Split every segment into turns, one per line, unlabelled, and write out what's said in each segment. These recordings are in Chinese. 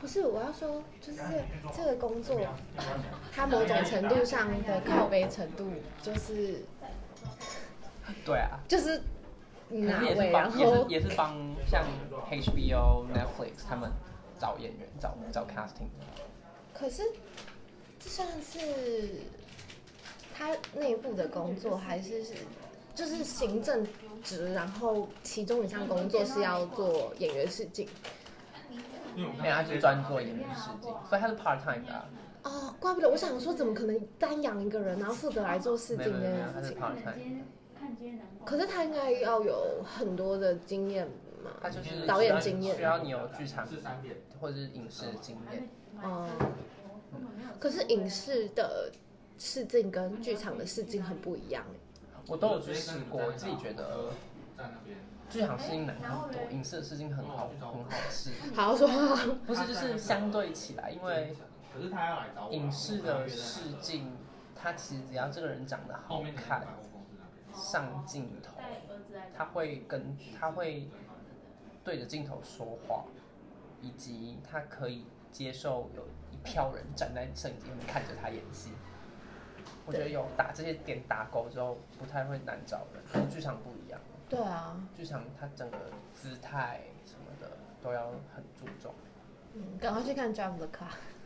不是，我要说，就是这这个工作，它某种程度上的靠背程度，就是
对啊，
就是
可
哪
是也
位，
是
然
帮也是
后
也是帮像 HBO、Netflix 他们找演员、找找 casting。
可是这算是他内部的工作，还是是就是行政职，然后其中一项工作是要做演员试镜。
没有，他就是专做演员试镜，所以他是 part time 的、啊，
哦，怪不得我想说，怎么可能单养一个人，然后负责来做试
没
镜
有
这
没有没有，他
件事
是
情？
part time，
可是他应该要有很多的经验嘛。
他就是
导演经验
嗯需要你有剧场
是三点，
或者是影视经验，
哦、可是影视的试镜跟剧场的试镜很不一样欸。
我都有去试过，我自己觉得
在那边。
剧场试镜难很多，影视的试镜很好很好试，
好好说话，
不是就是相对起来，因为
可是他要来找我啊，
影视
我
的
跟他约在那
试镜，他其实只要这个人长得
后
好
面的
看
百，货公司那边
上镜头，他会跟他会对着镜头说话，以及他可以接受有一票人站在摄影机前面看着他演戏。我觉得有打这些点打勾之后，不太会难找人。跟剧场不一样，
对啊，
剧场它整个姿态什么的都要很注重。
嗯，赶快去看《Drive the Car》。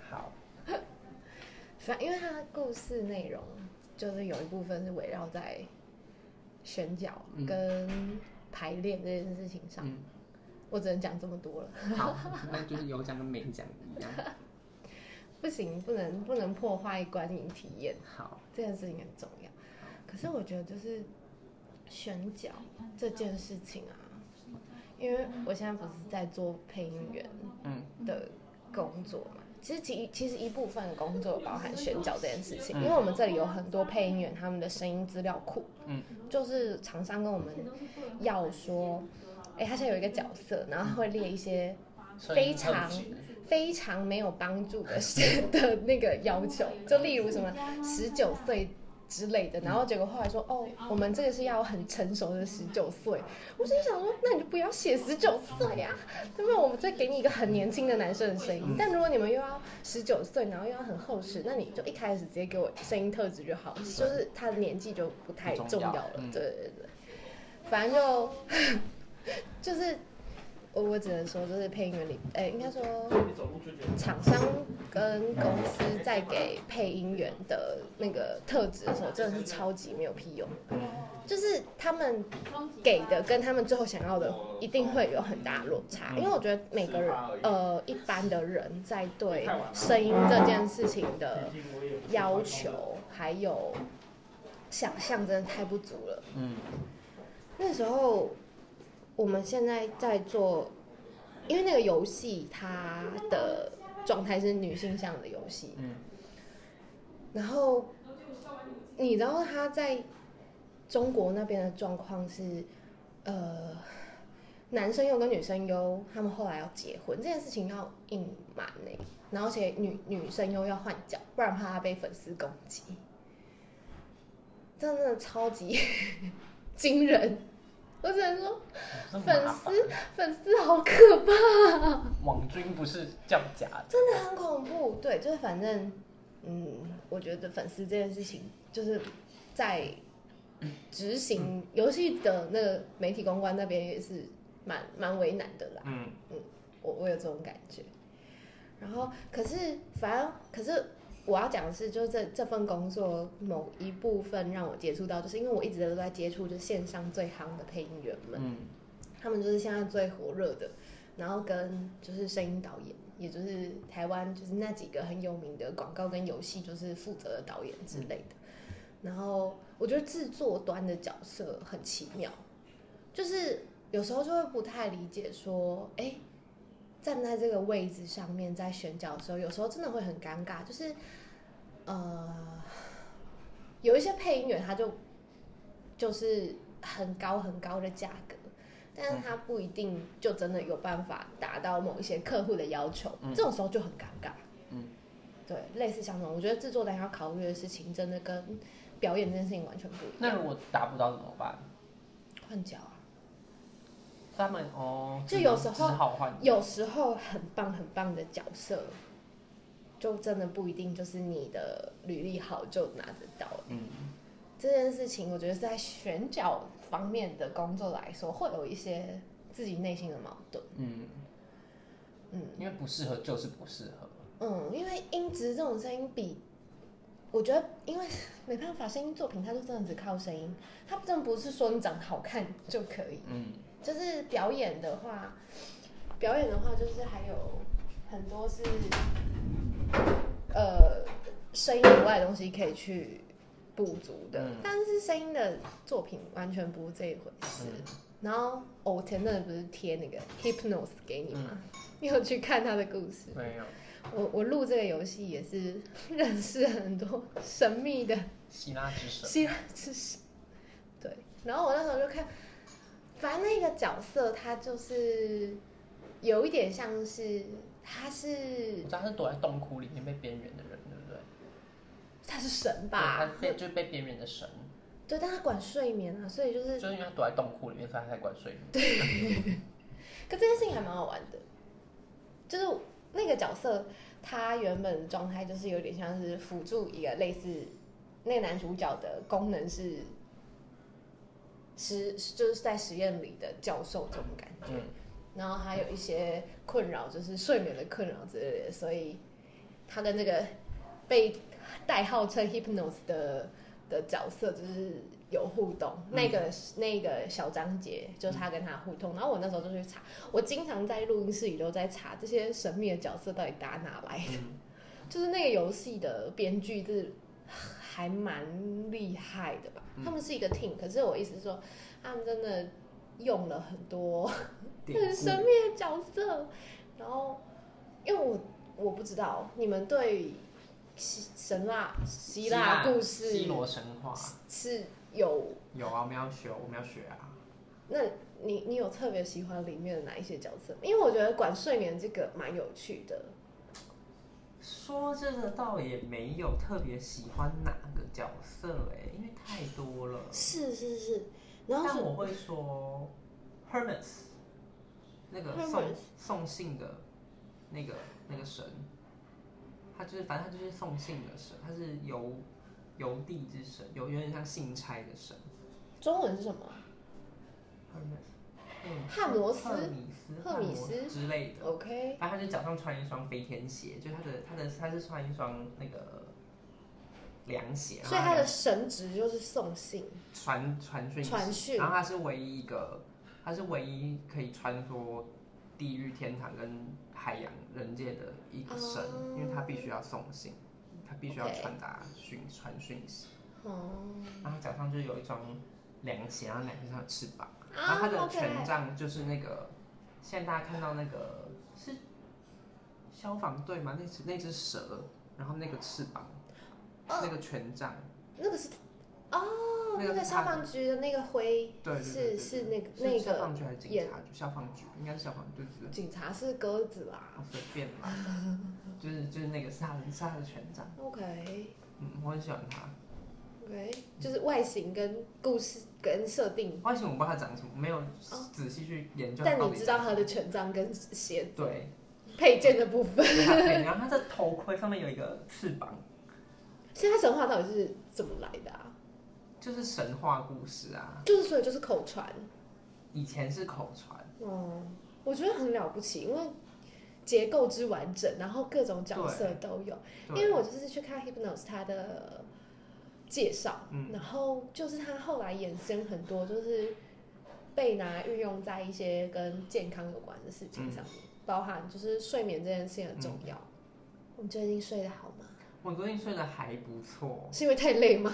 好，
反因为它的故事内容就是有一部分是围绕在选角
嗯
跟排练这件事情上。
嗯
我只能讲这么多了，
好，那就是有奖跟没奖一样。
不行，不能不能破坏观影体验。
好，
这件事情很重要。可是我觉得就是选角这件事情啊，因为我现在不是在做配音员
嗯
的工作嘛，其实其其实一部分的工作有包含选角这件事情，
嗯
因为我们这里有很多配音员他们的声音资料库，
嗯，
就是厂商跟我们要说，哎，他现在有一个角色，然后他会列一些非常
所以你特质
非常没有帮助的 事的那个要求，就例如什么十九岁之类的，然后结果后来说哦，我们这个是要很成熟的十九岁，我心里想说，那你就不要写十九岁啊，对不对？我们再给你一个很年轻的男生的声音
嗯，
但如果你们又要十九岁，然后又要很厚实，那你就一开始直接给我声音特质就好，就是他的年纪就不太
不
重
重要
要了，
嗯
对对对，反正就 就是。我我只能说，就是配音员里，哎、应该说
你走路就觉得
厂商跟公司在给配音员的那个特质的时候，真的是超级没有屁用。就是他们给的跟他们最后想要的一定会有很大的落差，因为我觉得每个人呃一般的人在对呃声音这件事情的呃要求还有想象真的太不足了。
嗯
那时候我们现在在做，因为那个游戏它的状态是女性向的游戏，
嗯
然后你知道它在中国那边的状况是，呃，男生优跟女生优，他们后来要结婚这件事情要隐瞒呢、然后而且女女生优要换角，不然怕她被粉丝攻击，真的超级 惊人。我只能说，
这么
粉
麻烦
丝粉丝好可怕、
网军不是这样假的。
真的很恐怖。对，就是反正，嗯，我觉得粉丝这件事情，就是在执行游戏的那个媒体公关那边也是蛮蛮为难的啦。
嗯
我我有这种感觉。然后，可是反正，可是我要讲的是，就是这这份工作某一部分让我接触到，就是因为我一直都在接触就是线上最夯的配音员们。
嗯。
他们就是现在最火热的，然后跟就是声音导演，也就是台湾就是那几个很有名的广告跟游戏就是负责的导演之类的。然后我觉得制作端的角色很奇妙，就是有时候就会不太理解说，哎、站在这个位置上面在选角的时候，有时候真的会很尴尬，就是呃，有一些配音员他就就是很高很高的价格。但是他不一定就真的有办法达到某一些客户的要求，
嗯
这种时候就很尴尬。
嗯，
对，类似像这种，我觉得制作单要考虑的事情，真的跟表演这件事情完全不一
那
样。
如果达不到怎么办？
换角啊，
他们哦，
就
只
有时候
只好换
有时候很棒很棒的角色，就真的不一定就是你的履历好就拿得到。
嗯，
这件事情，我觉得是在选角方面的工作来说，会有一些自己内心的矛盾。
嗯，
嗯
因为不适合就是不适合，
嗯，因为音质这种声音比，我觉得因为没办法，声音作品它就真的只靠声音，它真的不是说你长得好看就可以。
嗯
就是表演的话，表演的话就是还有很多是呃声音以外的东西可以去补足的，
嗯
但是声音的作品完全不是这一回事。
嗯
然后偶前阵子不是贴那个 Hypnos 给你吗？
嗯，
你有去看他的故事？
没有
我我录这个游戏也是 认识很多神秘的
希腊之神，
希腊之神。 对，然后我那时候就看，反正那个角色他就是有一点像是，他是
我知道他是躲在洞窟里面被边缘的人，对不对？
他是神
对，他
吧？
被就是被边缘的神，
对，但他管睡眠啊，所以就是，
就是因为他躲在洞窟里面，所以他才管睡眠。对，
可这件事情还蛮好玩的，就是那个角色他原本状态就是有点像是辅助一个类似那个男主角的功能是实就是在实验里的教授这种感觉。
嗯
然后他有一些困扰，就是睡眠的困扰之类的，所以他跟这个被代号称 hypnos 的的角色就是有互动。
嗯
那个那个小章节就是他跟他互动，然后我那时候就去查，我经常在录音室里都在查这些神秘的角色到底打哪来，
嗯，
就是那个游戏的编剧是还蛮厉害的吧？
嗯
他们是一个 team，可是我意思是说，他们真的用了很多。
典故
很神秘的角色。然后，因为我我不知道你们对希神话希腊故
希
事
罗神话
是有，
有啊，我们要学，我们要学啊。
那你你有特别喜欢里面的哪一些角色吗？因为我觉得管睡眠这个蛮有趣的。
说这个倒也没有特别喜欢哪个角色哎、因为太多了。
是是是，然后
但
是
我会说 Hermes，那个
Hermes
送送信的，那个那个神，他就是反正他就是送信的神，他是邮邮递之神，有有点像信差的神。
中文是什么
Hermes，嗯
汉罗斯
赫米斯、
赫米斯
汉罗之类的。
？OK，
反正他就脚上穿一双飞天鞋，就他的他的他是穿一双那个凉鞋，
所以
然后
他的神职就是送信
传传讯息
传讯
然后他是唯一一个，他是唯一可以穿梭地狱、天堂跟海洋人界的一个神，
哦
因为他必须要送信，他必须要
OK
传达讯传讯息，
哦
然后他脚上就有一双凉鞋，然后两个上有翅膀，然
啊
后他的
，OK，
权杖就是那个，现在大家看到那个是消防队吗？那只那只蛇，然后那个翅膀，
哦
那个权杖，
那个是哦，
那
那
个
个
是
消
他
防局的那个灰
对对对
是
对
是
对
那个
是
那
消
个
防局还是警
演
察局？消防局应该是消防局，对对对，
警察是鸽子啦。
啊随便啦， 就是就是那个是他的是他的权杖，
OK
嗯，我很喜欢他。
OK，就是外形跟故事跟设定，
外形我不知道他长什么，没有
哦
仔细去研究。
但你知道它的？权杖跟鞋
对，
配件的部分。
就是他配然后他的头盔上面有一个翅膀，
现在神话到底是怎么来的啊？
就是神话故事啊。
就是所以就是口传，
以前是口传，
哦，我觉得很了不起，因为结构之完整，然后各种角色都有。因
对
为我就是去看 Hypnos 他的介绍，
嗯
然后就是他后来衍生很多，就是被拿运用在一些跟健康有关的事情上面，
嗯
包含就是睡眠这件事情很重要。
嗯
你最近睡得好吗？
我最近睡得还不错，
是因为太累吗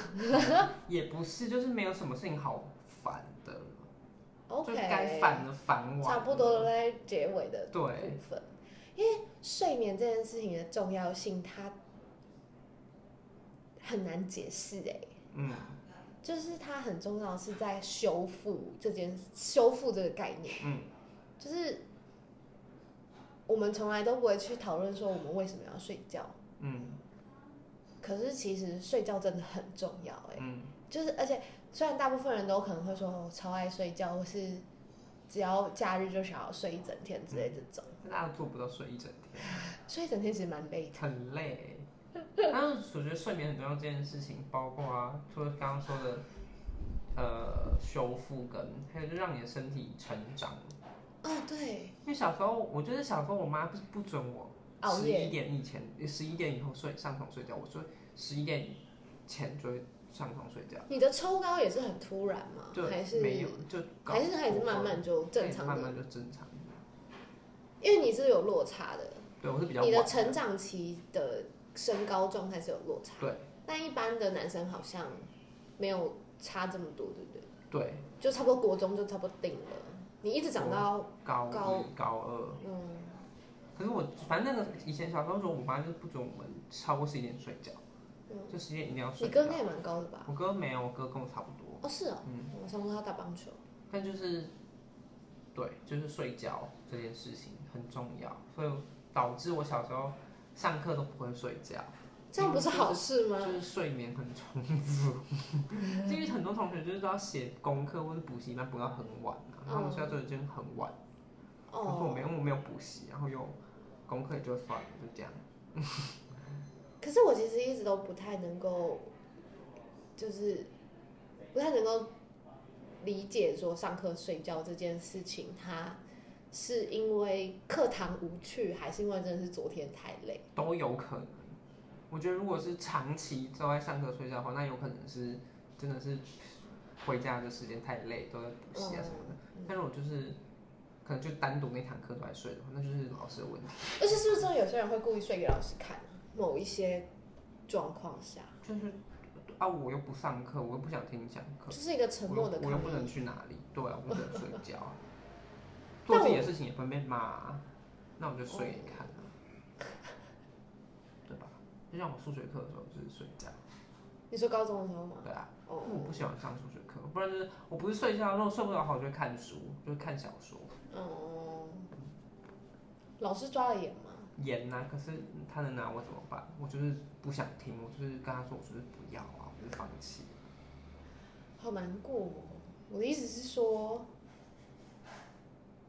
也不是，就是没有什么事情好烦的
？OK，
就该烦的烦完了，
差不多都在结尾的部
对，
分。因为睡眠这件事情的重要性，它很难解释哎、
嗯，
就是它很重要，是在修复这件修复这个概念。
嗯，
就是我们从来都不会去讨论说我们为什么要睡觉，
嗯
可是其实睡觉真的很重要哎、哦
嗯
就是而且虽然大部分人都可能会说我超爱睡觉，或是只要假日就想要睡一整天之类这种，
但大家做不到睡一整天，
睡一整天其实蛮累的。
很累。 但是我觉得睡眠很重要这件事情，包括啊，除了刚刚说的，呃，修复跟还有就让你的身体成长。
哦，对，
因为小时候，我觉得小时候我妈不是不准我
熬
十一
夜
点以前，十一点以后睡上床睡觉，我说十一点前就会上床睡觉，
你的抽高也是很突然吗？
就
还是
没有就搞
还是它也是慢慢就正常
对慢
的？
慢就正常。
因为你是有落差的，
对我是比较
你的
晚
成长期的身高状态是有落差。
对。
但一般的男生好像没有差这么多，对不对？
对
就差不多国中就差不多定了。你一直长到
高
高
一高二，
嗯，
可是我反正那个以前小时候，我妈就不准我们超过十一点睡觉，
嗯
就十一点一定要
你
睡
哥
觉
应。该也蛮高的吧？
我哥没有，我哥跟我差不多。
哦，是哦，
嗯
我想说他打棒球。
但就是，对，就是睡觉这件事情很重要，所以导致我小时候上课都不会睡觉，
这样不是好事
就
吗？
是睡眠很充足。 因为很多同学就是都要写功课或者补习班补到很晚、啊，然后他们睡觉就已经很晚。可是我
哦，
没有，我没有补习，然后又功课也就算了，就这样。
可是我其实一直都不太能够，就是不太能够理解说上课睡觉这件事情，它是因为课堂无趣，还是因为真的是昨天太累？
都有可能。我觉得如果是长期都在上课睡觉的话，那有可能是真的是回家的时间太累，都在补习啊什么的。
嗯
但是我就是可能就单独那堂课都在睡的话，那就是老师的问题。
而且是不是真的有些人会故意睡给老师看啊？某一些状况下，
就是啊，我又不上课，我又不想听你讲课
就，是一个沉
我
默的
又我又
抗
不能
议。
去哪里，对啊，我不能睡 觉啊，
但我哦
做自己的事情也不会被骂、啊，那我就睡给你看啊，对吧？就像我数学课的时候就是睡觉，
你说高中的时候吗？
对啊。
哦，
我不喜欢上数学课，不然就是我不是睡觉，如果睡不着的话，我就会看书，就是看小说。
嗯，老师抓了眼吗？
严呐、可是他能拿我怎么办？我就是不想听，我就是跟他说，我就是不要啊，我就是放弃。
好难过、哦。我的意思是说，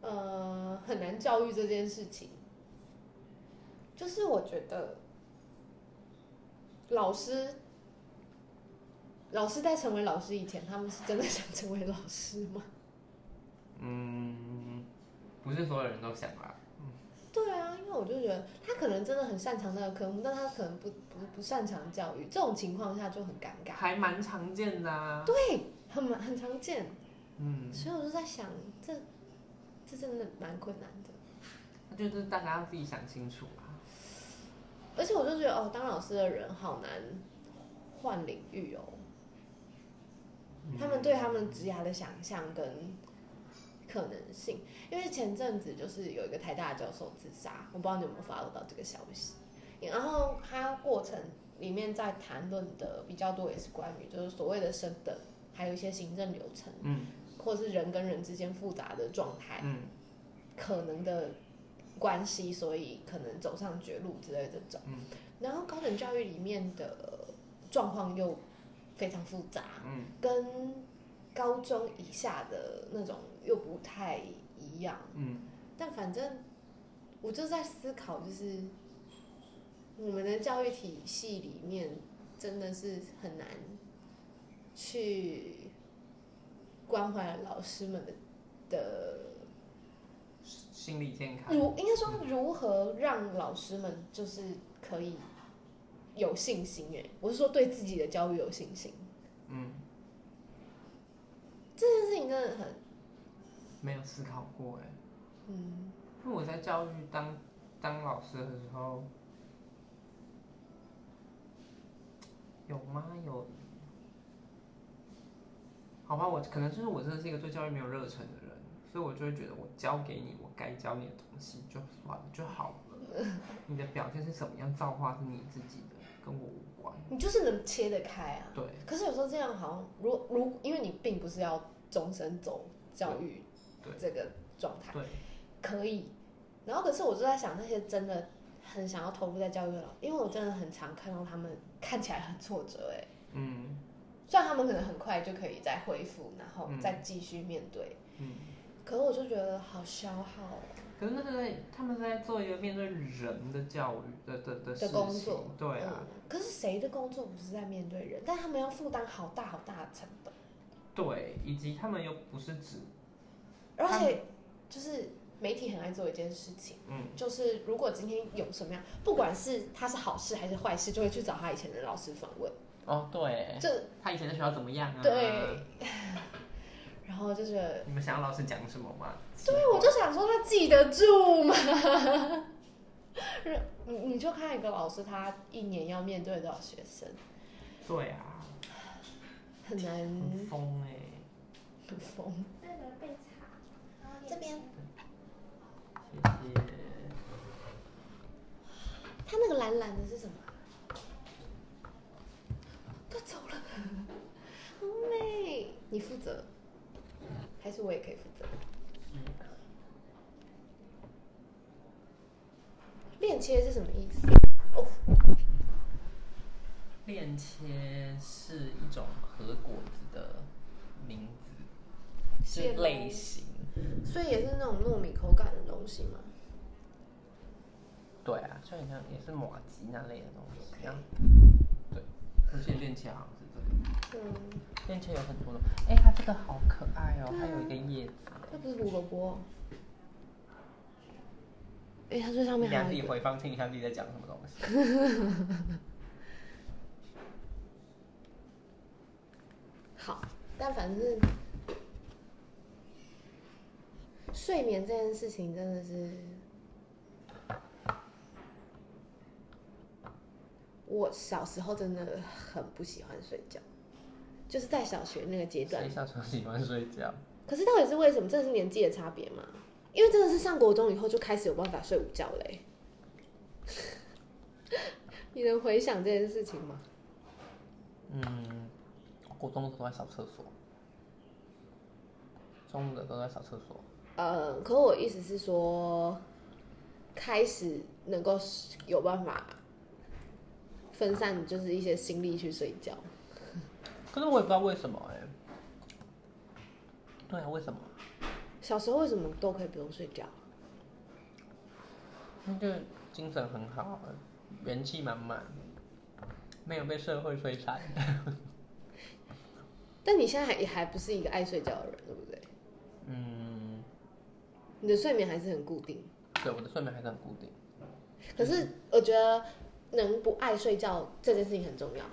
呃，很难教育这件事情。就是我觉得，老师，老师在成为老师以前，他们是真的想成为老师吗？
嗯，不是所有人都想啦。
对啊，因为我就觉得他可能真的很擅长那个科目，但他可能不不不擅长教育，这种情况下就很尴尬。
还蛮常见的、啊。
对，很蛮很常见，
嗯，
所以我就在想，这这真的蛮困难的。
那就是大家要自己想清楚啦、
而且我就觉得，哦，当老师的人好难换领域哦，他们对他们职涯的想象跟可能性，因为前阵子就是有一个台大的教授自杀，我不知道你有没有 follow 到这个消息。然后他过程里面在谈论的比较多也是关于就是所谓的升等，还有一些行政流程，
嗯
或是人跟人之间复杂的状态。
嗯
可能的关系，所以可能走上绝路之类的这种。
嗯
然后高等教育里面的状况又非常复杂，
嗯
跟高中以下的那种又不太一样。
嗯，
但反正我就在思考，就是我们的教育体系里面真的是很难去关怀老师们的的
心理健康。
如应该说如何让老师们就是可以有信心哎，我是说对自己的教育有信心，
嗯，
这件事情真的很
没有思考过哎、
嗯
因为我在教育当当老师的时候，有吗？有。好吧，我可能就是我真的是一个对教育没有热忱的人，所以我就会觉得我教给你我该教你的东西就算了就好了。你的表现是怎么样，造化是你自己的，跟我无关。
你就是能切得开啊。
对，
可是有时候这样好像如如因为你并不是要终身走教育
对
这个状态，
对，
可以。然后可是我就在想那些真的很想要投入在教育的老，因为我真的很常看到他们看起来很挫折哎、
嗯
嗯
虽然他们可能很快就可以再恢复，然后再继续面对。
嗯，
可是我就觉得好消耗哦、
可是那是在他们在做一个面对人的教育的的的事
的
情，
工作
对啊，
嗯可是谁的工作不是在面对人？但他们要负担好大好大的成本，
对，以及他们又不是只
而
他们
且就是媒体很爱做一件事情，
嗯，
就是如果今天有什么样，不管是他是好事还是坏事，就会去找他以前的老师访问，
哦，对，
就
他以前在学校怎么样啊？
对，然后就觉得，
你们想要老师讲什么吗？
对，我就想说他记得住吗？ 你你就看一个老师，他一年要面对多少学生，
对啊，
很难
很疯哎、
很疯。
那个被查，然后也
这边
谢谢。
他那个蓝蓝的是什么啊？都走了，好美。你负责，还是我也可以负责？链切是什么意思？哦，
链切是一种和果子的名字，
蟹
是
肉
类型。
所以也是那种糯米口感的东西吗？
对啊，所以像也是马吉那类的东西。然后对，
而且练起来好像是这个，
嗯，
链切有很多种。哎、它这个好可爱哦、它有一个叶子。
那不是胡萝卜哦。哎、它最上
你
面
俩
还
自
有一
己
个
回放听一下自己在讲什么东西。
好，但反正睡眠这件事情真的是，我小时候真的很不喜欢睡觉，就是在小学那个阶段
谁。小时候喜欢睡觉？
可是到底是为什么？真的是年纪的差别吗？因为真的是上国中以后就开始有办法睡午觉嘞、 你能回想这件事情吗？
嗯，国中的都在扫厕所，中午的都在扫厕所。
呃，可我意思是说，开始能够有办法分散，就是一些心力去睡觉。
可是我也不知道为什么哎、对啊，为什么？
小时候为什么都可以不用睡觉？啊
那就精神很好，啊元气满满，没有被社会摧残。
但你现在还也还不是一个爱睡觉的人，对不对？
嗯，
你的睡眠还是很固定。
对，我的睡眠还是很固定。
可是我觉得能不爱睡觉这件事情很重要。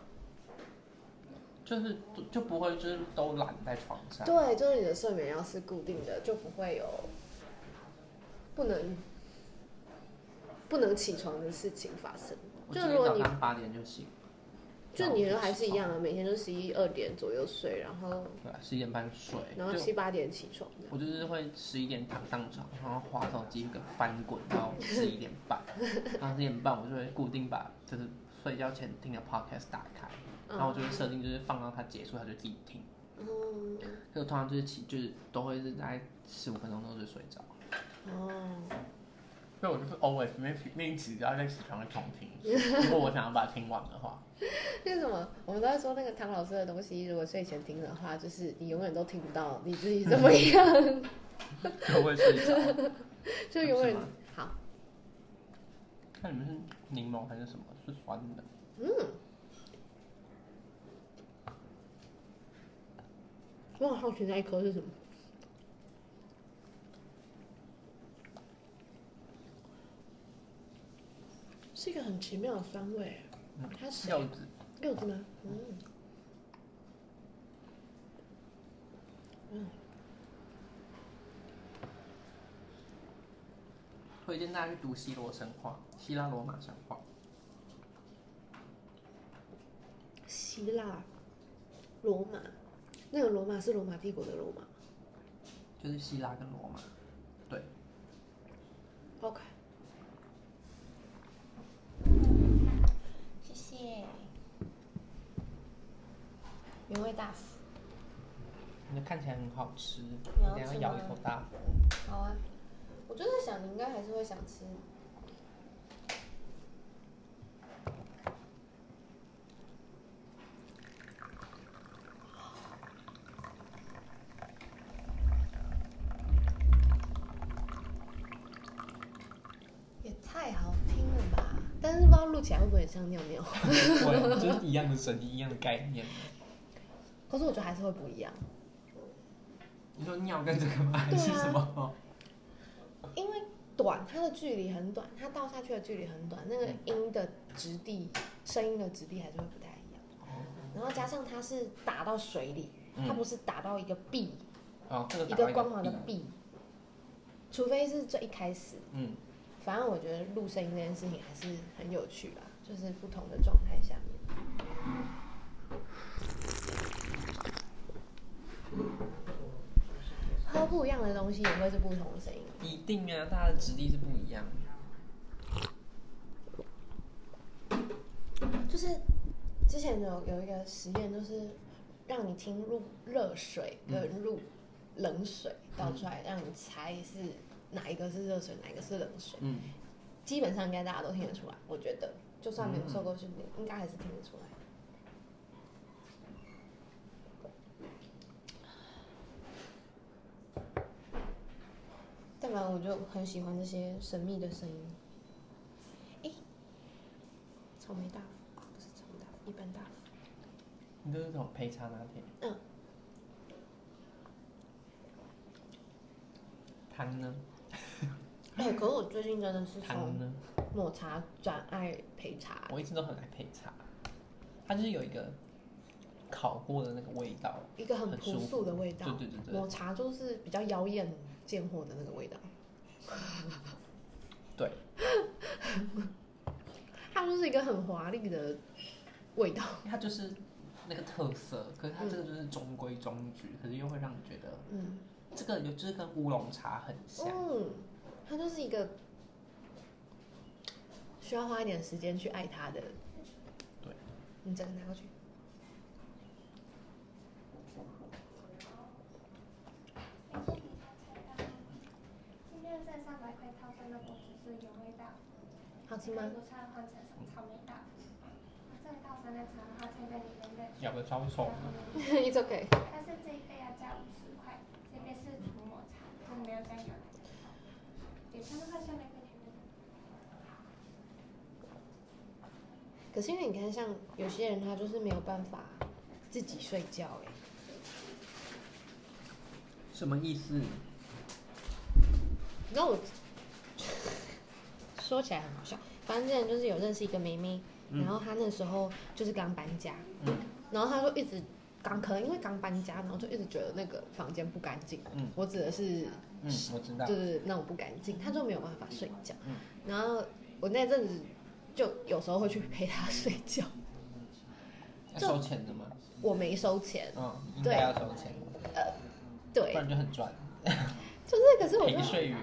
就是就就不会就是都懒在床上，
对，就是你的睡眠要是固定的，就不会有不能不能起床的事情发生。
我
就
今
如
天
果
早
你
上八点就醒，
就你还是一样啊，每天就十一二点左右睡，然后
对啊，十一点半睡，
然后
就
七八点起床这样。
我就是会十一点躺上床，然后滑手机，一个翻滚到十一点半，然后十一点半我就会固定把就是睡觉前听的 podcast 打开，然后我就会设定就是放到它结束，它就自己听。
嗯
所以我通常就是起就是都会是大概十五分钟都是睡着，
哦，
所以我就是 always 那那一集只要在起床会重听，如果我想要把它听完的话，
那个什么，我们都在说那个唐老师的东西，如果睡前听的话，就是你永远都听不到你自己怎么样，
就会睡着。
就永
是
远
吗
好。
那你们是柠檬还是什么？是酸的？
我很好奇那一颗是什么。是一个很奇妙的酸味，它是
柚子。
柚子吗？嗯，嗯
推荐大家去读希罗神话、希腊罗马神话。
希腊、罗马，那个罗马是罗马帝国的罗马。
就是希腊跟罗马。对，
OK，
谢谢。原味大福，
那看起来很好吃，
你要
等一下
吃
咬一
吗
口大 福。
好啊。我就在想，你应该还是会想吃。录起来会不会很像尿尿？
我就是一样的声音，一样的概念。
可是我觉得还是会不一样，
你说尿跟这个吗？还
对啊
是什么？
因为短，它的距离很短，它倒下去的距离很短，那
嗯
个音的质地、声音的质地还是会不太一样。然后加上它是打到水里，它
哦嗯，
不是打到一个壁，
哦，这个
一
打
个
到
光滑的
壁
壁，除非是最一开始。
嗯，
反正我觉得录声音这件事情还是很有趣吧，就是不同的状态下面。
嗯
喝不一样的东西也会是不同的声音。
一定啊，它的质地是不一样。
就是之前有有一个实验，就是让你听入热水跟入冷水倒出来，让你猜是哪一个是热水，哪一个是冷水。
嗯，
基本上应该大家都听得出来，我觉得就算没有受过训练，应该还是听得出来。但凡我就很喜欢这些神秘的声音。诶，草莓大福不是草莓大福，一般大福。
你都是这种配茶拿铁。
嗯。
汤呢？
哎、可是我最近真的是
汤
从
呢？
抹茶转爱陪茶，
我一直都很爱配茶，它就是有一个烤过的那个味道。
一个很
很
朴
舒
素的味道
对。对对
抹
对
茶就是比较妖艳贱货的那个味道。
对，
它就是一个很华丽的味道。
它就是那个特色，可是它这个就是中规中矩，可是又会让你觉得
嗯
这个有就是跟乌龙茶很像。
嗯，它就是一个需要花一点时间去爱它的。
对，
你整个拿过去。
今天这三百块套餐的果汁是原味大福，
好吃
如
吗？
果菜换成草莓大福，这个套餐的茶的话，菜单里面的
咬的超
然
爽
后
的，
呢
It's OK。
但是这一杯要加五十块，这边是涂抹茶，就是没有加牛奶。点餐的话，下面可以点。
可是因为你看，像有些人他就是没有办法自己睡觉、哎，
什么意思？
你知道我 说起来很好笑，反正之前就是有认识一个妹妹，然后她那时候就是刚搬家，
嗯
然后她就一直刚可能因为刚搬家，然后就一直觉得那个房间不干净。
嗯
我指的是
嗯，我知道
就。是那种不干净，她就没有办法睡觉。
嗯
然后我那阵子就有时候会去陪她睡觉，
嗯要收钱的吗？
我没收钱，
嗯，应该要收钱，不
对，
然就很赚。
就是可是我就
陪睡员，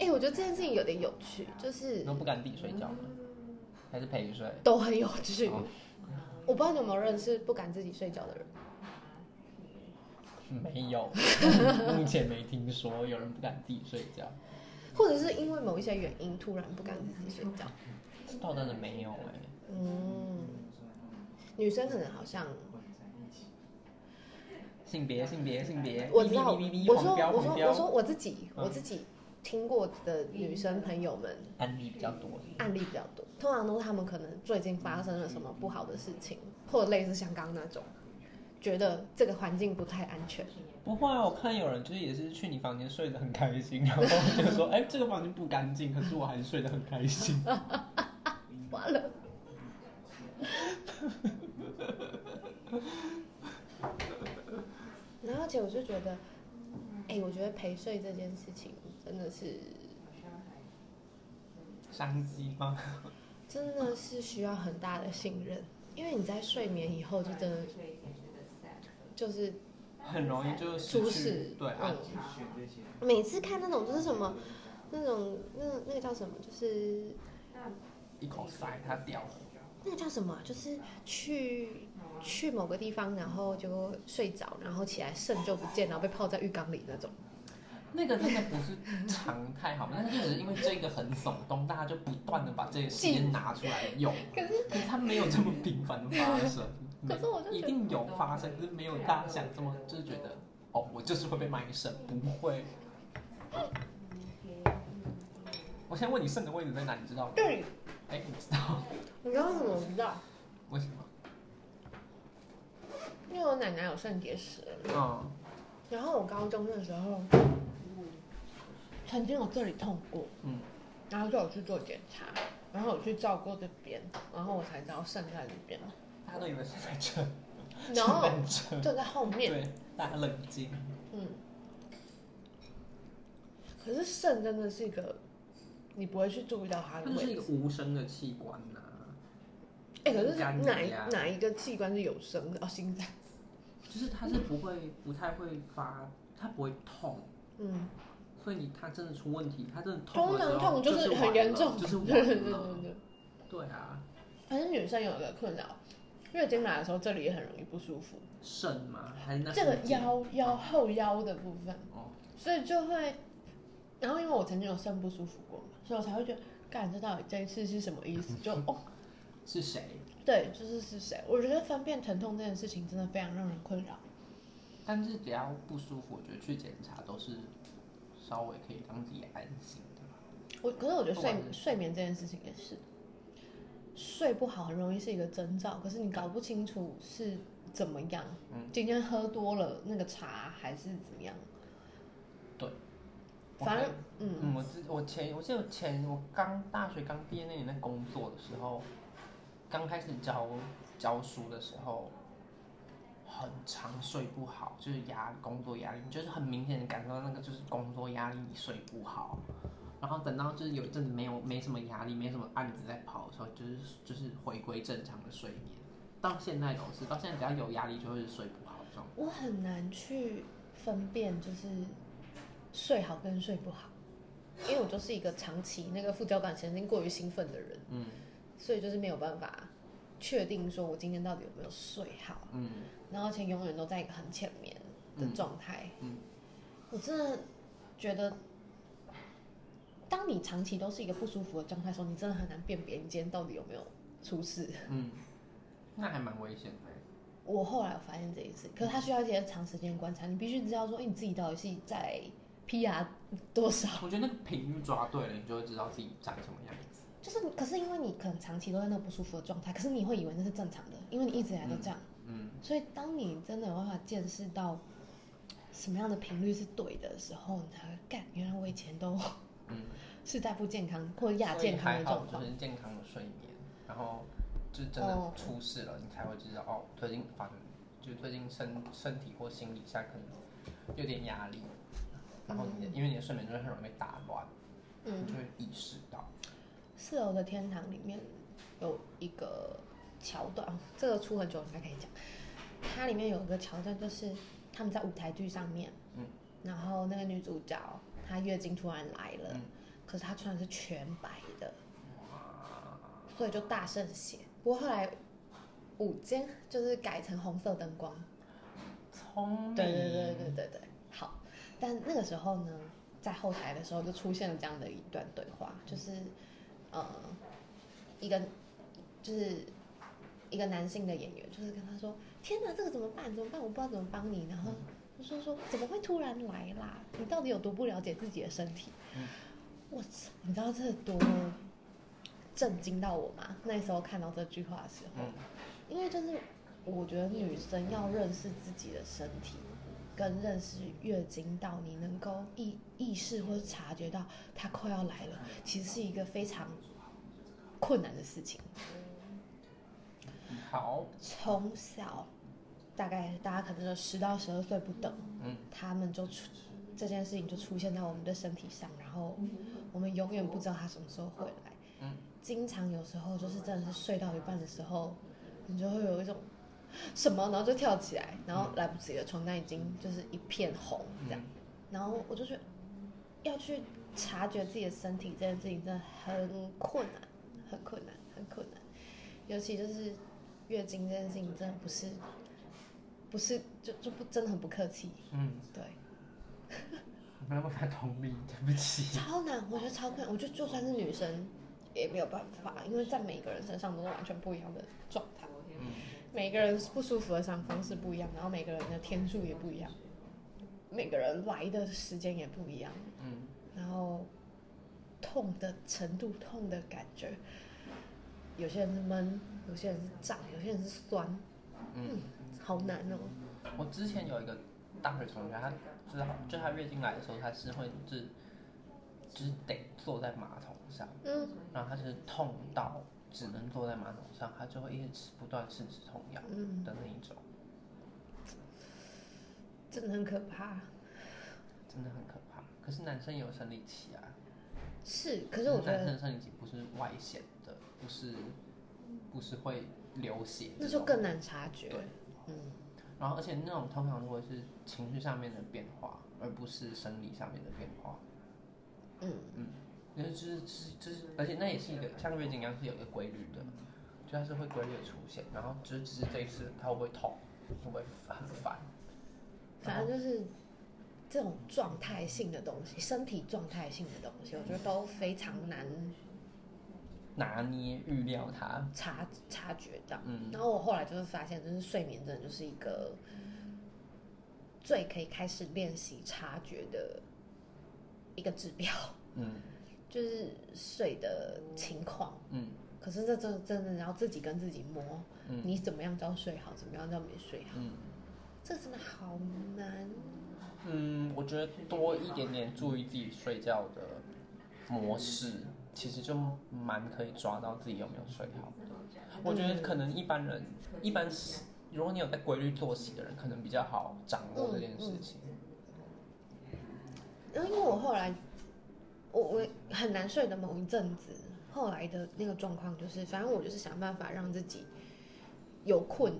哎、我觉得这件事情有点有趣，就是
你都不敢自己睡觉吗？还是陪睡？
都很有趣。
哦
我不知道你有没有认识不敢自己睡觉的人。
没 有，目前没听说有人不敢自己睡觉，
或者是因为某一些原因突然不敢自己睡觉。
这倒真的没有哎、
嗯，女生可能好像
性别，性别，性别，
我知道，
哔哔哔哔哔
我说
黄标，
我
黄
说我
标，
说我自己
嗯
我自己听过的女生朋友们
案例比较多。
案例比较多，通常都是她们可能最近发生了什么不好的事情，或者类似像刚刚那种，觉得这个环境不太安全。
不会啊，我看有人就是也是去你房间睡得很开心，然后就说，哎、这个房间不干净，可是我还是睡得很开心。
完了。然后，而且我就觉得，哎、我觉得陪睡这件事情真的是，
商机吗？
真的是需要很大的信任，因为你在睡眠以哦后就真的，就是
很容易就
出
失
事
去，对
嗯
啊，
每次看那种就是什么，那种那那个叫什么，就是
一口塞它掉了。
那个叫什么啊，就是去去某个地方，然后就睡着，然后起来肾就不见，然后被泡在浴缸里那种。
那个真的不是常态，好吗？但是就只是因为这个很耸动，大家就不断的把这个时间拿出来用。
可是
可是它没有这么频繁的发生，
可是我就觉得
一定有发生，可是没有大家想这么，就是觉得哦，我就是会被卖肾，不会。我先问你肾的位置在哪，你知道吗？
对，
哎、哎，我知道，
你刚刚怎么知道？
为什么？
因为我奶奶有肾结石，
嗯，
然后我高中的时候曾经有这里痛过，
嗯，
然后就有去做检查，然后有去照过这边，然后我才知道肾在这边，
大家都以为是在 这，
然后
是在这，
就在后面，
对，大家冷静。
嗯。可是肾真的是一个，你不会去注意到它
它
的
就是
位
一个
置。
无声的器官呐、
哎、可是
肝
哪一
呀
哪一个器官是有声的？哦，心脏。
就是它是不会、不太会发，它不会痛，
嗯，
所以你它真的出问题，它真的痛
通
了之
常
后
痛
就是是
很严重
完了，就是
对 对对对
完了。
对。
对啊，
反正女生有一个困扰，月经来的时候这里也很容易不舒服，
肾吗？还是那
这个
附近
腰腰后腰的部分，
哦
所以就会，然后因为我曾经有肾不舒服过嘛，所以我才会觉得，干这到底这一次是什么意思？就哦，
是谁？
对，就是是谁？我觉得分辨疼痛这件事情真的非常让人困扰。
但是只要不舒服，我觉得去检查都是稍微可以让自己安心的吧。
我可是我觉得
不
睡
管是
睡眠这件事情也是，睡不好很容易是一个征兆，可是你搞不清楚是怎么样，
嗯
今天喝多了那个茶还是怎么样，
我
反
可以
正嗯
嗯，我之我前我记得前我刚大学刚毕业那年在工作的时候，刚开始教教书的时候，很常睡不好，就是压力工作压力，你就是很明显的感受到那个就是工作压力，你睡不好。然后等到就是有一阵子没有没什么压力，没什么案子在跑的时候，就是就是回归正常的睡眠。到现在都是，到现在只要有压力就会睡不好这种。
我很难去分辨，就是睡好跟睡不好，因为我就是一个长期那个副交感神经过于兴奋的人，
嗯
所以就是没有办法确定说我今天到底有没有睡好，
嗯，
然后而且永远都在一个很浅眠的状态。
嗯嗯
我真的觉得，当你长期都是一个不舒服的状态的时候，你真的很难辨别你今天到底有没有出事。
嗯，那还蛮危险的。
我后来有发现这一次，可是它需要一些长时间观察，你必须知道说，哎，你自己到底是在 PR 多少？
我觉得那个频率抓对了，你就会知道自己长什么样子。
就是你，可是因为你可能长期都在那不舒服的状态，可是你会以为那是正常的，因为你一直以来都这样。
嗯，
所以当你真的有办法见识到什么样的频率是对的时候，你才会干，原来我以前都
嗯
是在不健康或亚健康
所
的
以还好
状
就
况。
是健康的睡眠，然后就真
哦
的出事了，你才会知道哦，最近反正就最近身身体或心理上可能有点压力，然后你的、因为你的睡眠就会很容易被打乱，你
嗯
就，会意识到。
四楼的天堂里面有一个桥段，这个出很久应该可以讲。它里面有一个桥段，就是他们在舞台剧上面，
嗯，
然后那个女主角她月经突然来了，
嗯
可是她穿的是全白的，
哇，
所以就大渗血。不过后来午间就是改成红色灯光，
聪明。
对对对对对对，好。但那个时候呢，在后台的时候就出现了这样的一段对话，就是呃，一个就是一个男性的演员，就是跟他说：“天哪，这个怎么办？怎么办？我不知道怎么帮你。”然后就说说怎么会突然来啦？你到底有多不了解自己的身体？
嗯
我操！你知道这多震惊到我吗？那时候看到这句话的时候，
嗯
因为就是我觉得女生要认识自己的身体，跟认识月经到你能够意意识或是察觉到它快要来了，其实是一个非常困难的事情。
好，
从小，大概大家可能十到十二岁不等，
嗯，
他们就出这件事情就出现在我们的身体上，然后我们永远不知道它什么时候会来。
嗯，
经常有时候就是真的是睡到一半的时候，你就会有一种什么，然后就跳起来，然后来不及了，床单已经就是一片红这样。
嗯，
然后我就觉得要去察觉自己的身体这件事情真的很困难，很困难，很困难。尤其就是月经这件事情，真的不是不是就就不真的很不客气，
嗯，
对，
没有办法同理，对不起。
超难，我觉得超困难。我觉得就算是女生也没有办法，因为在每个人身上都是完全不一样的状态，
嗯，
每个人不舒服的伤方式不一样，然后每个人的天数也不一样，每个人来的时间也不一样。
嗯，
然后痛的程度、痛的感觉，有些人是闷，有些人是胀，有些人是酸，
嗯，
好难哦。
我之前有一个大学同学，他就是好就他月经来的时候，他是会就是就是得坐在马桶上，
嗯，
然后他就是痛到只能坐在马桶上，他就会一直吃不断吃止痛药
嗯，
的那一种，
真的很可怕。
真的很可怕。可是男生也有生理期啊，
是，可是我觉
男生
得
的生理期不是外显的，不是不是会流血这种，
那就更难察觉
对。
嗯，
然后，而且那种通常如果是情绪上面的变化，而不是生理上面的变化，
嗯
嗯，因为就是就是就是，而且那也是一个像月经一样是有一个规律的，就它是会规律的出现，然后只是只是这一次它会不会痛，会不会很烦，然
反
后
正就是这种状态性的东西，身体状态性的东西，我觉得都非常难
拿捏预料它，
察察觉到。
嗯
然后我后来就是发现，就是睡眠真的就是一个最可以开始练习察觉的一个指标，
嗯
就是睡的情况。
嗯
可是这真真的，然后自己跟自己摸，
嗯
你怎么样叫睡好，怎么样叫没睡好，
嗯
这真的好难。
嗯，我觉得多一点点注意自己睡觉的模式，其实就蛮可以抓到自己有没有睡好。我觉得可能一般人，一般是如果你有在规律作息的人，可能比较好掌握这件事情。
嗯然后因为我后来，我我很难睡的某一阵子，后来的那个状况就是，反正我就是想办法让自己有困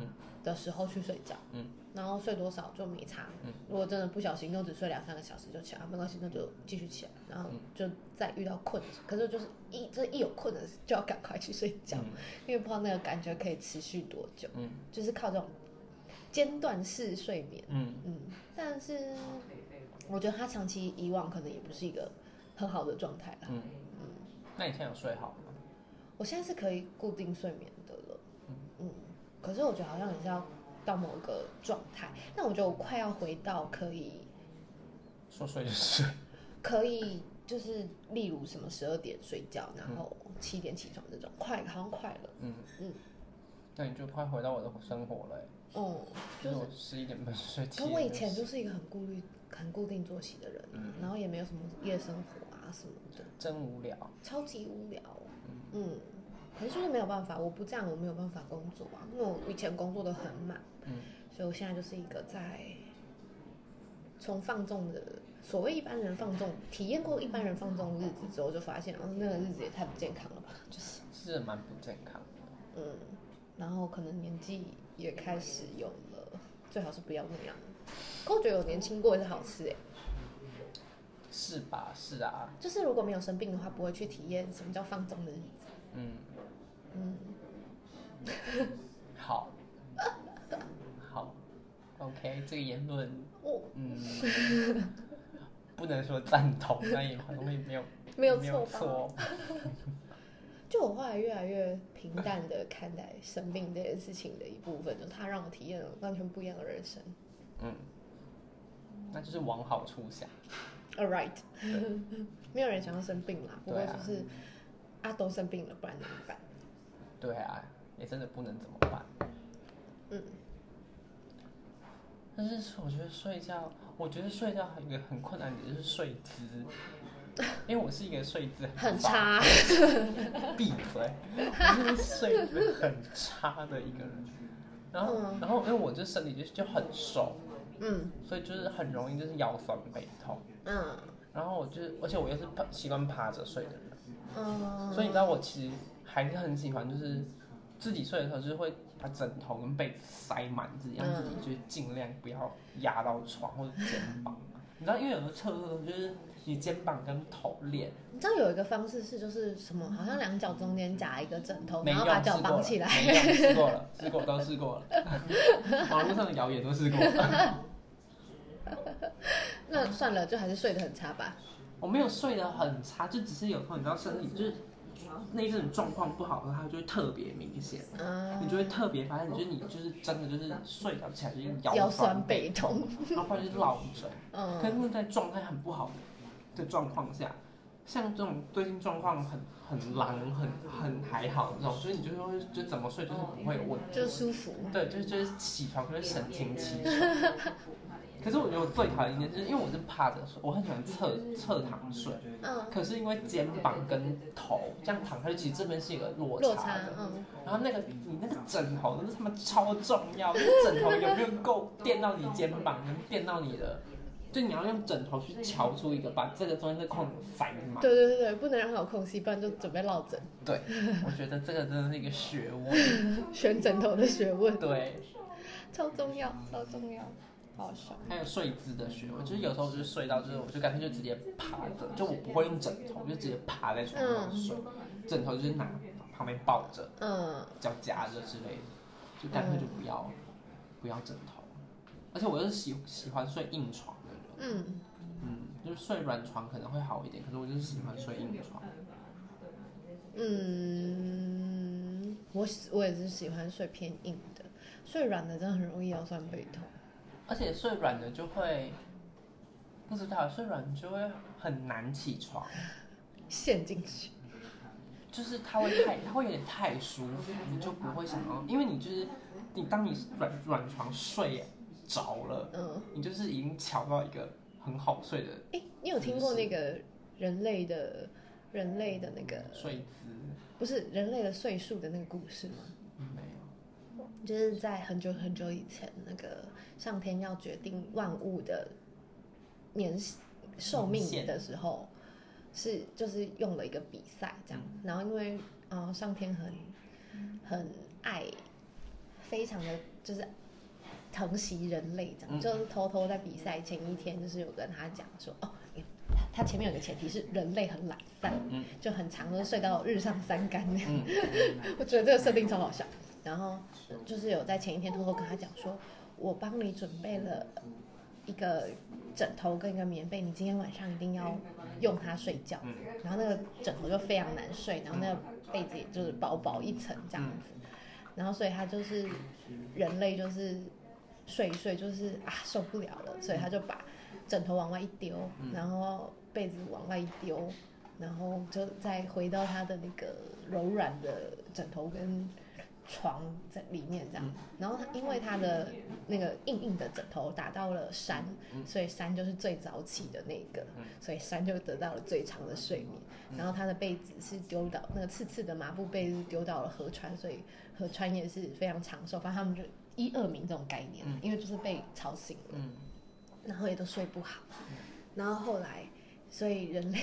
嗯
的时候去睡觉，
嗯，
然后睡多少就没差，
嗯，
如果真的不小心又只睡两三个小时就起来，啊没关系，那就继续起来，然后
嗯
就再遇到困的时候，可是就是一这一有困的时候就要赶快去睡觉，
嗯
因为不知道那个感觉可以持续多久，
嗯
就是靠这种间断式睡眠。
嗯
嗯，但是我觉得他长期以往可能也不是一个很好的状态啦。
嗯，那你现在有睡好吗？
我现在是可以固定睡眠的了，嗯，可是我觉得好像也是要到某个状态，但我觉得我快要回到可以
说睡就睡。
可以就是例如什么十二点睡觉，然后七点起床这种，快好像快了，
嗯
嗯，
那你就快回到我的生活了欸、
哦、就
因
是
为我十一点半睡，七
可我以
点
前
就
就是是一个很顾虑、很固定作息的人、啊，
嗯
然后也没有什么夜生活啊什么的，
真无聊。
超级无聊。嗯，可是就是没有办法，我不这样我没有办法工作啊，因为我以前工作的很满，
嗯
所以我现在就是一个在从放纵的所谓一般人放纵，体验过一般人放纵的日子之后，就发现，嗯，那个日子也太不健康了吧， 就是
是蛮不健康的，
嗯，然后可能年纪也开始有了，最好是不要那样。可我觉得有年轻过也是好事哎、
是吧？是啊，
就是如果没有生病的话，不会去体验什么叫放纵的日子。
嗯，
嗯，
好， 好，OK，这个言论，
我、
嗯，不能说赞同，但也好像也没有
没有
没
错
有
吧？
错，
就我后来越来越平淡的看待生病这件事情的一部分，就是它让我体验了完全不一样的人生。
嗯，那就是往好处想，
All Oh, right，没有人想要生病啦，不过
对啊
就是啊都生病了，不然怎么办？
对啊，也真的不能怎么办。
嗯，
但是我觉得睡觉，我觉得睡觉还有一个很困难的就是睡姿，因为我是一个睡姿
很
差。
差，
闭嘴！我就是睡得很差的一个人。然后，
嗯
然后因为我这身体就就很瘦，
嗯
所以就是很容易就是腰酸背痛。
嗯
然后我就是，而且我又是趴习惯趴着睡的人，
嗯，
所以你知道我其实还是很喜欢就是自己睡的时候，就是会把枕头跟被子塞满自己，让
嗯
自己就是尽量不要压到床或者肩膀。你知道，因为有的侧卧就是你肩膀跟头脸
你知道有一个方式是就是什么，好像两脚中间夹一个枕头，
没
然
用，
后把
试
脚
过了，
绑起来。
没用，试过了，试过都试过了， 网络上的谣言都试过了。
那算了，就还是睡得很差吧。
我没有睡得很差，就只是有时候你知道身体就是那一阵状况不好的话，就会特别明显，你
嗯，
就会特别发现，就是你就是真的就是睡着起来就是
腰
酸
酸背痛。
然后不然就是落枕。可是
嗯
你在状态很不好的状况下，像这种最近状况很很狼，很很还好这种，就是你就是会就怎么睡就是不会问，
就舒服。
对，就是就是起床就是神清气爽。可是我觉得我最讨厌一件事，因为我是趴着睡，我很喜欢侧侧躺睡，
嗯，
可是因为肩膀跟头这样躺下去，其实这边是一个落
落
差
差
的。，
嗯，
然后那个你那个枕头， 那是他妈超重要，那个枕头有没有够垫到你肩膀，能垫到你的，就你要用枕头去瞧出一个把这个中间的空塞满。
对对对对，不能让它有空隙，不然就准备落枕，
我觉得这个真的是一个学 问。
选枕头的学问
对，
超重要，超重要，好爽。
还有睡姿的学问，就是有时候就是睡到就是我就干脆就直接趴着，就我不会用枕头，我就直接趴在床上睡，枕头就是拿旁边抱着，
嗯，
脚夹着之类的，就干脆就不要、不要枕头。而且我又是喜喜欢睡硬床的人。
嗯，
嗯，就是睡软床可能会好一点，可是我就是喜欢睡硬床。
嗯，我喜我也是喜欢睡偏硬的，睡软的真的很容易腰酸背痛。
而且睡软的就会，不知道睡软就会很难起床，
陷进去，
就是它会太，它会有点太舒服，你就不会想要，因为你就是你当你软软床睡着了，
嗯，
你就是已经瞧到一个很好睡的
诶，你有听过那个人类的人类的那个
嗯睡姿，
不是人类的岁数的那个故事吗？
没有。
就是在很久很久以前，那个上天要决定万物的年寿命的时候，是就是用了一个比赛这
嗯
样。然后因为呃上天很很爱，非常的就是疼惜人类这样，
嗯
就是偷偷在比赛前一天，就是有跟他讲说哦。你他他前面有个前提是人类很懒散，
嗯
就很长，就是睡到日上三竿那样。
嗯，
我觉得这个设定超好笑。然后就是有在前一天偷偷跟他讲说，我帮你准备了一个枕头跟一个棉被，你今天晚上一定要用它睡觉。
嗯
然后那个枕头就非常难睡，然后那个被子也就是薄薄一层这样子。然后所以他就是人类就是睡一睡就是啊受不了了，所以他就把枕头往外一丢，
嗯
然后被子往外一丢，然后就再回到他的那个柔软的枕头跟床在里面这样
嗯。
然后他因为他的那个硬硬的枕头打到了山，
嗯
所以山就是最早起的那个
嗯，
所以山就得到了最长的睡眠。
嗯
然后他的被子是丢到那个刺刺的麻布被是丢到了河川，所以河川也是非常长寿。反正他们就一二名这种概念，
嗯
因为就是被吵醒了。
嗯，
然后也都睡不好，然后后来，所以人类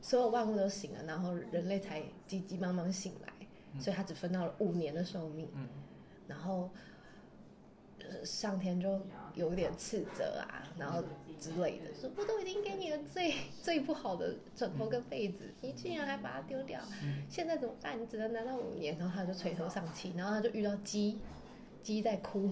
所有万物都醒了，然后人类才急急忙忙醒来，
嗯
所以他只分到了五年的寿命，
嗯
然后呃上天就有点斥责啊，然后之类的，说我都已经给你了最最不好的枕头跟被子，你竟然还把它丢掉，现在怎么办？你只能拿到五年，然后他就垂头丧气，然后他就遇到鸡，鸡在哭，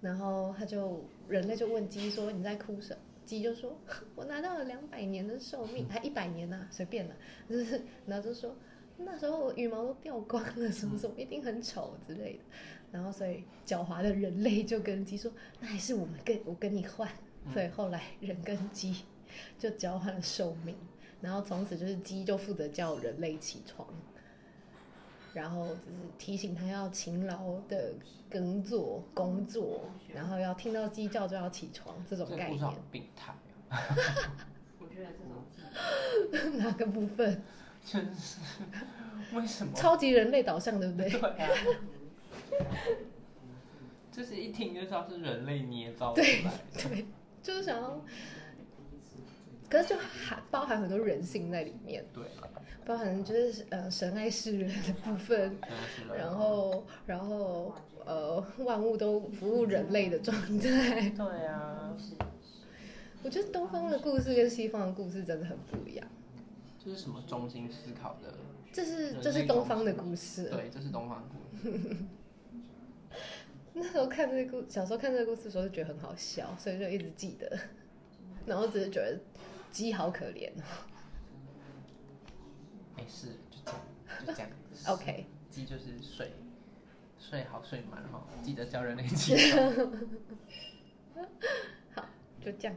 然后他就人类就问鸡说：“你在哭什么？”鸡就说：“ 我拿到了两百年的寿 命，还一百年呐、随便啦、就是然后就说那时候我羽毛都掉光了，什么什么一定很丑之类的。然后所以狡猾的人类就跟鸡说：“那还是我们跟我跟你换。”
嗯
所以后来人跟鸡就交换了寿命，然后从此就是鸡就负责叫人类起床。然后就是提醒他要勤劳的耕作工作，然后要听到鸡叫就要起床这
嗯这
种
个
概
故事好
念，
病态哦。
我觉得这种
哪个部分？
真是 为什么？
超级人类导向，对不对？
对啊，就是一听就知道是人类捏造出
对
来 的。
对，就是想要，可是就含包含很多人性在里面，
对，
包含就是呃神爱世人的部分，
真的是人类。
然后然后呃万物都服务人类的状 态。
对啊，
我觉得东方的故事跟西方的故事真的很不一样，
这是什么中心思考的？
这是这是东方的故事。
对，这是东方故事。
那时候看这个故，小时候看这个故事的时候就觉得很好笑，所以就一直记 得，然后只是觉得鸡好可怜。
没事，就这样，就这样。
OK，
鸡就是睡，睡好睡满，然后记得叫人类起床。
就这样，